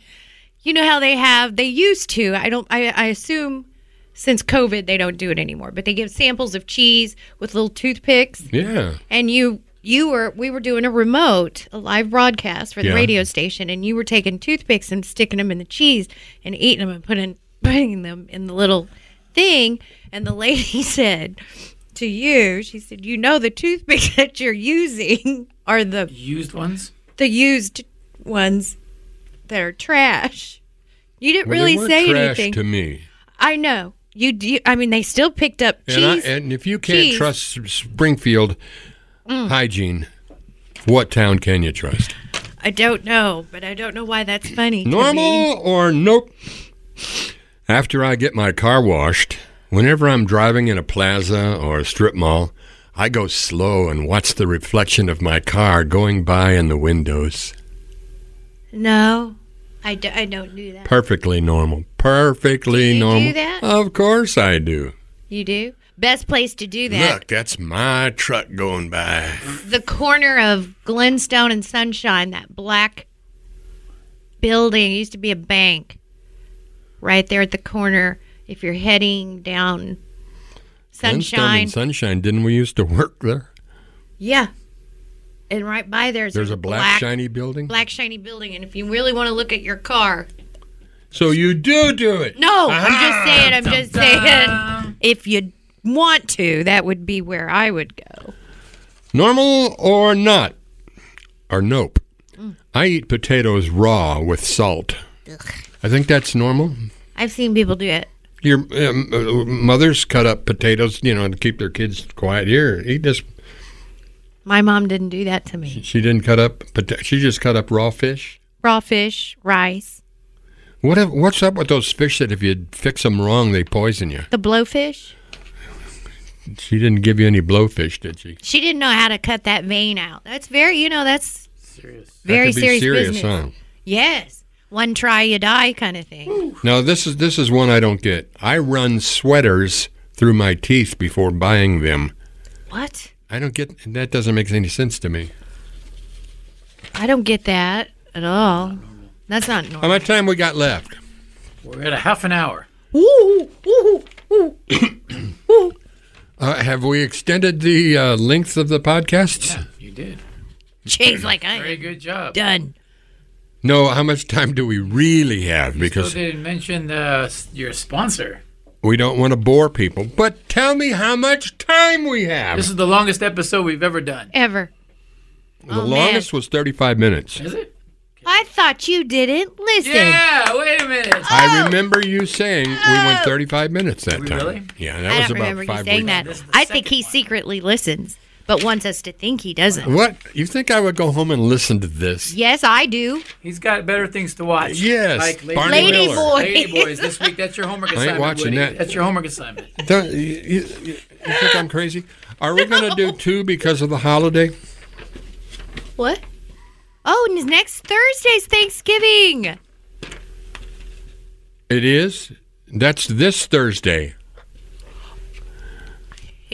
Speaker 3: you know how they have they used to. I don't. I, I assume since COVID they don't do it anymore, but they give samples of cheese with little toothpicks
Speaker 2: Yeah.
Speaker 3: and you you were we were doing a remote a live broadcast for the
Speaker 2: Yeah.
Speaker 3: radio station and you were taking toothpicks and sticking them in the cheese and eating them and putting [laughs] putting them in the little thing and the lady [laughs] said to you she said you know the toothpicks [laughs] that you're using are the
Speaker 5: Used ones.
Speaker 3: the used ones that are trash you didn't
Speaker 2: Well, they
Speaker 3: really
Speaker 2: weren't
Speaker 3: say
Speaker 2: trash
Speaker 3: anything
Speaker 2: to me.
Speaker 3: i know you, you i mean they still picked up cheese
Speaker 2: And, I, and if you can't
Speaker 3: Cheese. Mm.
Speaker 2: trust S- Springfield hygiene, what town can you trust?
Speaker 3: i don't know but i don't know why that's funny to me.
Speaker 2: Normal or nope? After I get my car washed, whenever I'm driving in a plaza or a strip mall, I go slow and watch the reflection of my car going by in the windows.
Speaker 3: No, I, do, I don't do that.
Speaker 2: Perfectly normal. Perfectly
Speaker 3: do
Speaker 2: normal.
Speaker 3: that?
Speaker 2: Of course I do.
Speaker 3: You do? Best place to do that.
Speaker 2: Look, that's my truck going by.
Speaker 3: The corner of Glenstone and Sunshine, that black building, it used to be a bank. Right there at the corner, if you're heading down
Speaker 2: Sunshine.
Speaker 3: Sunshine.
Speaker 2: sunshine. Didn't we used to work there?
Speaker 3: yeah. And right by there is
Speaker 2: There's
Speaker 3: a,
Speaker 2: a black, shiny building.
Speaker 3: black shiny building. And if you really want to look at your car,
Speaker 2: So you do do it.
Speaker 3: no, I'm just
Speaker 2: Uh-huh.
Speaker 3: saying, I'm just saying, if you want to, that would be where I would go.
Speaker 2: Normal or not? Or nope.
Speaker 3: Mm.
Speaker 2: I eat potatoes raw with salt. I think that's normal.
Speaker 3: I've seen people do it.
Speaker 2: Your um, uh, mothers cut up potatoes, you know, to keep their kids quiet. Here, eat this.
Speaker 3: My mom didn't do that to me.
Speaker 2: She didn't cut up, pota- she just cut up raw fish.
Speaker 3: Raw fish, rice,
Speaker 2: What if, what's up with those fish that if you fix them wrong, they poison you?
Speaker 3: the blowfish.
Speaker 2: She didn't give you any blowfish, did she?
Speaker 3: She didn't know how to cut that vein out. That's very, you know, that's
Speaker 5: Serious.
Speaker 2: That
Speaker 3: very
Speaker 2: could be
Speaker 3: serious,
Speaker 2: serious
Speaker 3: business.
Speaker 2: huh?
Speaker 3: Yes, one try you die kind of thing.
Speaker 2: Now this is this is one I don't get. I run sweaters through my teeth before buying them.
Speaker 3: What?
Speaker 2: I don't get that doesn't make any sense to me.
Speaker 3: I don't get that. at all. That's not
Speaker 2: How [laughs]
Speaker 3: normal.
Speaker 2: much time we got left?
Speaker 5: We're at a half an hour.
Speaker 3: Ooh, ooh, ooh, ooh.
Speaker 2: Uh, have we extended the uh, length of the podcasts?
Speaker 5: You did.
Speaker 3: Jay's like, I
Speaker 5: Very
Speaker 3: am
Speaker 5: good job.
Speaker 3: done.
Speaker 2: No. How much time do we really have?
Speaker 5: Still
Speaker 2: Because
Speaker 5: didn't mention uh, s- your sponsor.
Speaker 2: we don't want to bore people. But tell me how much time we have.
Speaker 5: This is the longest episode we've ever done.
Speaker 3: Ever.
Speaker 2: the
Speaker 3: oh,
Speaker 2: longest was 35 minutes.
Speaker 5: Is it?
Speaker 3: I thought you didn't listen.
Speaker 5: Yeah. Wait a minute.
Speaker 2: I remember you saying we went 35 minutes that
Speaker 5: We
Speaker 2: time.
Speaker 5: really?
Speaker 2: Yeah, that
Speaker 3: I
Speaker 2: was
Speaker 3: don't
Speaker 2: about
Speaker 3: remember you
Speaker 2: five
Speaker 3: saying
Speaker 2: weeks.
Speaker 3: that.
Speaker 5: This is the
Speaker 3: I think
Speaker 5: second
Speaker 3: he
Speaker 5: one.
Speaker 3: secretly listens, but wants us to think
Speaker 2: [laughs]
Speaker 3: he doesn't.
Speaker 2: What? You think I would go home and listen to this?
Speaker 3: Yes, I do.
Speaker 5: He's got better things to watch.
Speaker 2: Yes,
Speaker 5: Like Lady,
Speaker 2: Barney
Speaker 3: Lady
Speaker 2: Miller.
Speaker 3: Boy.
Speaker 5: Lady Boys this week. That's your homework assignment.
Speaker 2: watching
Speaker 5: Woody.
Speaker 2: that.
Speaker 5: That's your homework assignment.
Speaker 2: Don't- you, you- you think I'm crazy? Are we going to do two because of the holiday?
Speaker 3: What? Oh, and next Thursday's Thanksgiving.
Speaker 2: It is. That's this Thursday.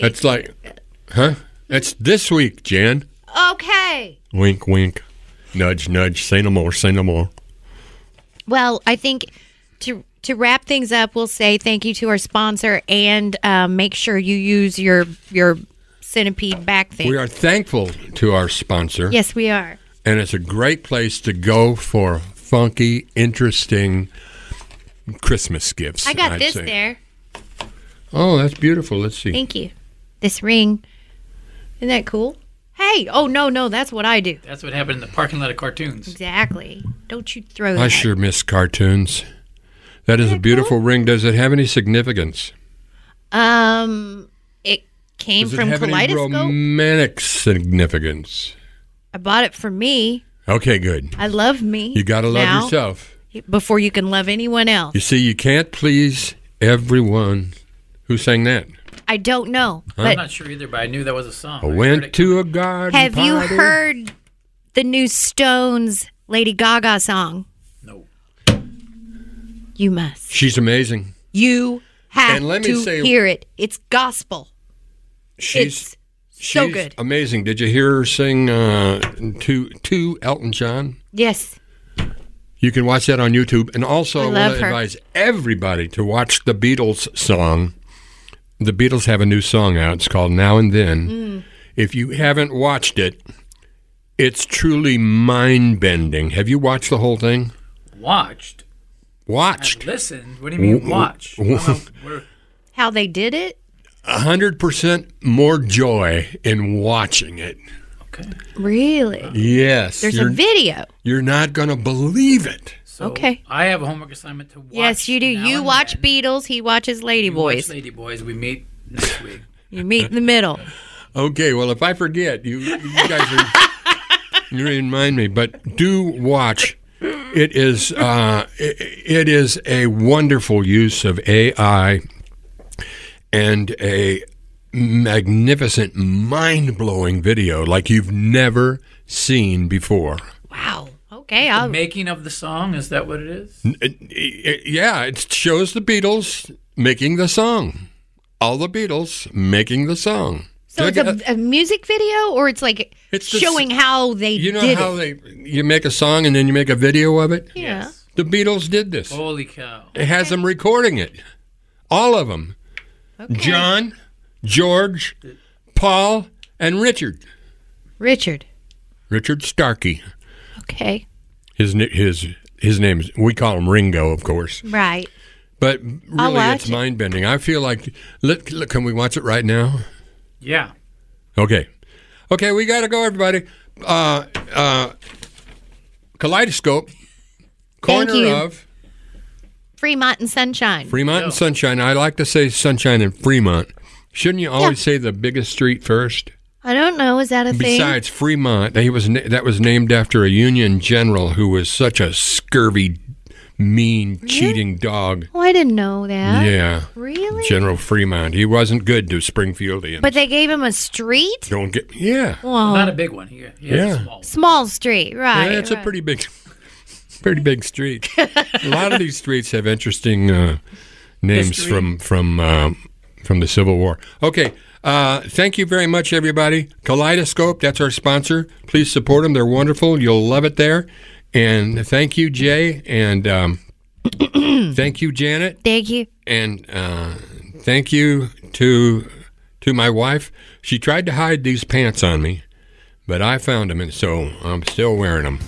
Speaker 2: That's like, huh? That's this week, Jan.
Speaker 3: Okay.
Speaker 2: Wink, wink. Nudge, nudge. Say no more. Say no more.
Speaker 3: Well, I think to to wrap things up, we'll say thank you to our sponsor and um, make sure you use your your centipede back thing.
Speaker 2: We are thankful to our sponsor.
Speaker 3: yes, we are.
Speaker 2: and it's a great place to go for funky, interesting Christmas gifts.
Speaker 3: I got
Speaker 2: I'd
Speaker 3: this
Speaker 2: say.
Speaker 3: there.
Speaker 2: Oh, that's beautiful. Let's see.
Speaker 3: Thank you. This ring. Isn't that cool? Hey, oh no, no, that's what I do.
Speaker 5: That's what happened in the parking lot of cartoons.
Speaker 3: Exactly. Don't you throw that.
Speaker 2: I sure miss cartoons. That is a beautiful ring. Does it have any significance?
Speaker 3: Um it came
Speaker 2: Does it
Speaker 3: from
Speaker 2: have any
Speaker 3: Kaleidoscope.
Speaker 2: romantic significance?
Speaker 3: I bought it for me.
Speaker 2: Okay, good.
Speaker 3: I love me.
Speaker 2: You got to love
Speaker 3: now,
Speaker 2: yourself.
Speaker 3: before you can love anyone else.
Speaker 2: You see, you can't please everyone. Who sang that?
Speaker 3: I don't know.
Speaker 5: I'm
Speaker 3: But
Speaker 5: not sure either, but I knew that was a song.
Speaker 2: I
Speaker 5: heard
Speaker 2: went
Speaker 5: it.
Speaker 2: to a garden
Speaker 3: Have you
Speaker 2: party.
Speaker 3: heard the new Stones Lady Gaga song?
Speaker 5: No.
Speaker 3: You must.
Speaker 2: She's amazing.
Speaker 3: You have
Speaker 2: And let me
Speaker 3: to
Speaker 2: say-
Speaker 3: hear it. It's gospel.
Speaker 2: She's
Speaker 3: it's so
Speaker 2: She's
Speaker 3: good.
Speaker 2: Amazing. Did you hear her sing uh, to to Elton John?
Speaker 3: Yes.
Speaker 2: You can watch that on YouTube. And also, I, want
Speaker 3: love
Speaker 2: to
Speaker 3: her.
Speaker 2: advise everybody to watch the Beatles song. The Beatles have a new song out. It's called Now and Then.
Speaker 3: Mm.
Speaker 2: If you haven't watched it, it's truly mind bending. Have you watched the whole thing?
Speaker 5: Watched.
Speaker 2: Watched.
Speaker 5: Listened. What do you
Speaker 2: [laughs]
Speaker 5: mean watch?
Speaker 2: w-
Speaker 5: Well, we're-
Speaker 3: How they did it?
Speaker 2: 100% more joy in watching it.
Speaker 5: okay.
Speaker 3: Really?
Speaker 2: Yes.
Speaker 3: There's a
Speaker 2: you're,
Speaker 3: video.
Speaker 2: you're not going to believe it.
Speaker 5: So
Speaker 3: Okay.
Speaker 5: I have a homework assignment to watch.
Speaker 3: yes, you do.
Speaker 5: now
Speaker 3: You
Speaker 5: and
Speaker 3: watch
Speaker 5: then.
Speaker 3: Beatles, he watches Lady
Speaker 5: You watch
Speaker 3: Boys.
Speaker 5: Lady Boys. We meet next week.
Speaker 3: You meet in the middle.
Speaker 2: Okay, well, if I forget, you, you guys are, you remind me. But do watch. It is uh, it, it is a wonderful use of AI and a magnificent, mind blowing video like you've never seen before.
Speaker 3: Wow.
Speaker 2: [laughs]
Speaker 3: Okay, I'll
Speaker 5: Making of the song. Is that what it is?
Speaker 2: N- it- it- yeah, it shows the Beatles making the song. All the Beatles making the song.
Speaker 3: So it's
Speaker 2: Check it-
Speaker 3: a, a music video, or it's like
Speaker 2: It's the s-
Speaker 3: showing how they
Speaker 2: You know
Speaker 3: did
Speaker 2: how
Speaker 3: it.
Speaker 2: they you make a song and then you make a video of it?
Speaker 3: yeah.
Speaker 2: The Beatles did this.
Speaker 5: Holy cow.
Speaker 2: It has them recording it. All of them. John, George, Paul, and Richard.
Speaker 3: Richard.
Speaker 2: Richard Starkey.
Speaker 3: Okay.
Speaker 2: His ni- his his name is we call him Ringo, of course.
Speaker 3: Right.
Speaker 2: But really
Speaker 3: watch
Speaker 2: it's
Speaker 3: it.
Speaker 2: mind bending. I feel like look, look can we watch it right now?
Speaker 5: Yeah.
Speaker 2: Okay. Okay, we got to go, everybody. Uh, uh, kaleidoscope, corner
Speaker 3: you.
Speaker 2: of
Speaker 3: Fremont and Sunshine.
Speaker 2: Fremont and Sunshine. I like to say Sunshine and Fremont. Shouldn't you always say the biggest street first?
Speaker 3: I don't know. Is that a thing?
Speaker 2: Besides Fremont, he was na- that was named after a Union general who was such a scurvy, mean, cheating dog.
Speaker 3: Oh, I didn't know that.
Speaker 2: Yeah,
Speaker 3: Really?
Speaker 2: General Fremont. He wasn't good to Springfieldians.
Speaker 3: But they gave him a street?
Speaker 2: don't get yeah.
Speaker 3: Well,
Speaker 5: Not a big one. He, he has
Speaker 2: Yeah.
Speaker 5: a small.
Speaker 3: small street, right.
Speaker 2: Yeah, it's a
Speaker 3: right.
Speaker 2: pretty big, [laughs] pretty big street. a lot of these streets have interesting uh, names from from um, from the Civil War. Okay, uh, thank you very much, everybody. Kaleidoscope, that's our sponsor. Please support them; they're wonderful. You'll love it there. And thank you, Jay. And um, [clears throat] thank you, Janet.
Speaker 3: Thank you.
Speaker 2: and uh, thank you to to my wife. She tried to hide these pants on me, but I found them, and so I'm still wearing them.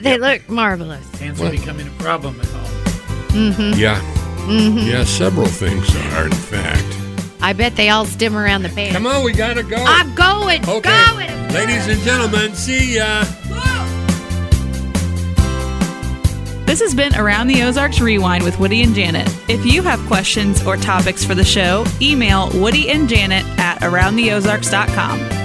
Speaker 3: They look marvelous.
Speaker 5: Pants are becoming a problem at home.
Speaker 2: Yeah,
Speaker 3: Mm-hmm.
Speaker 2: yeah. Several things are, in fact.
Speaker 3: I bet they all stem around the pants.
Speaker 2: Come on, we gotta go.
Speaker 3: I'm going. Going.
Speaker 2: ladies and gentlemen, see ya.
Speaker 1: This has been Around the Ozarks Rewind with Woody and Janet. If you have questions or topics for the show, email Woody and Janet at aroundtheozarks.com.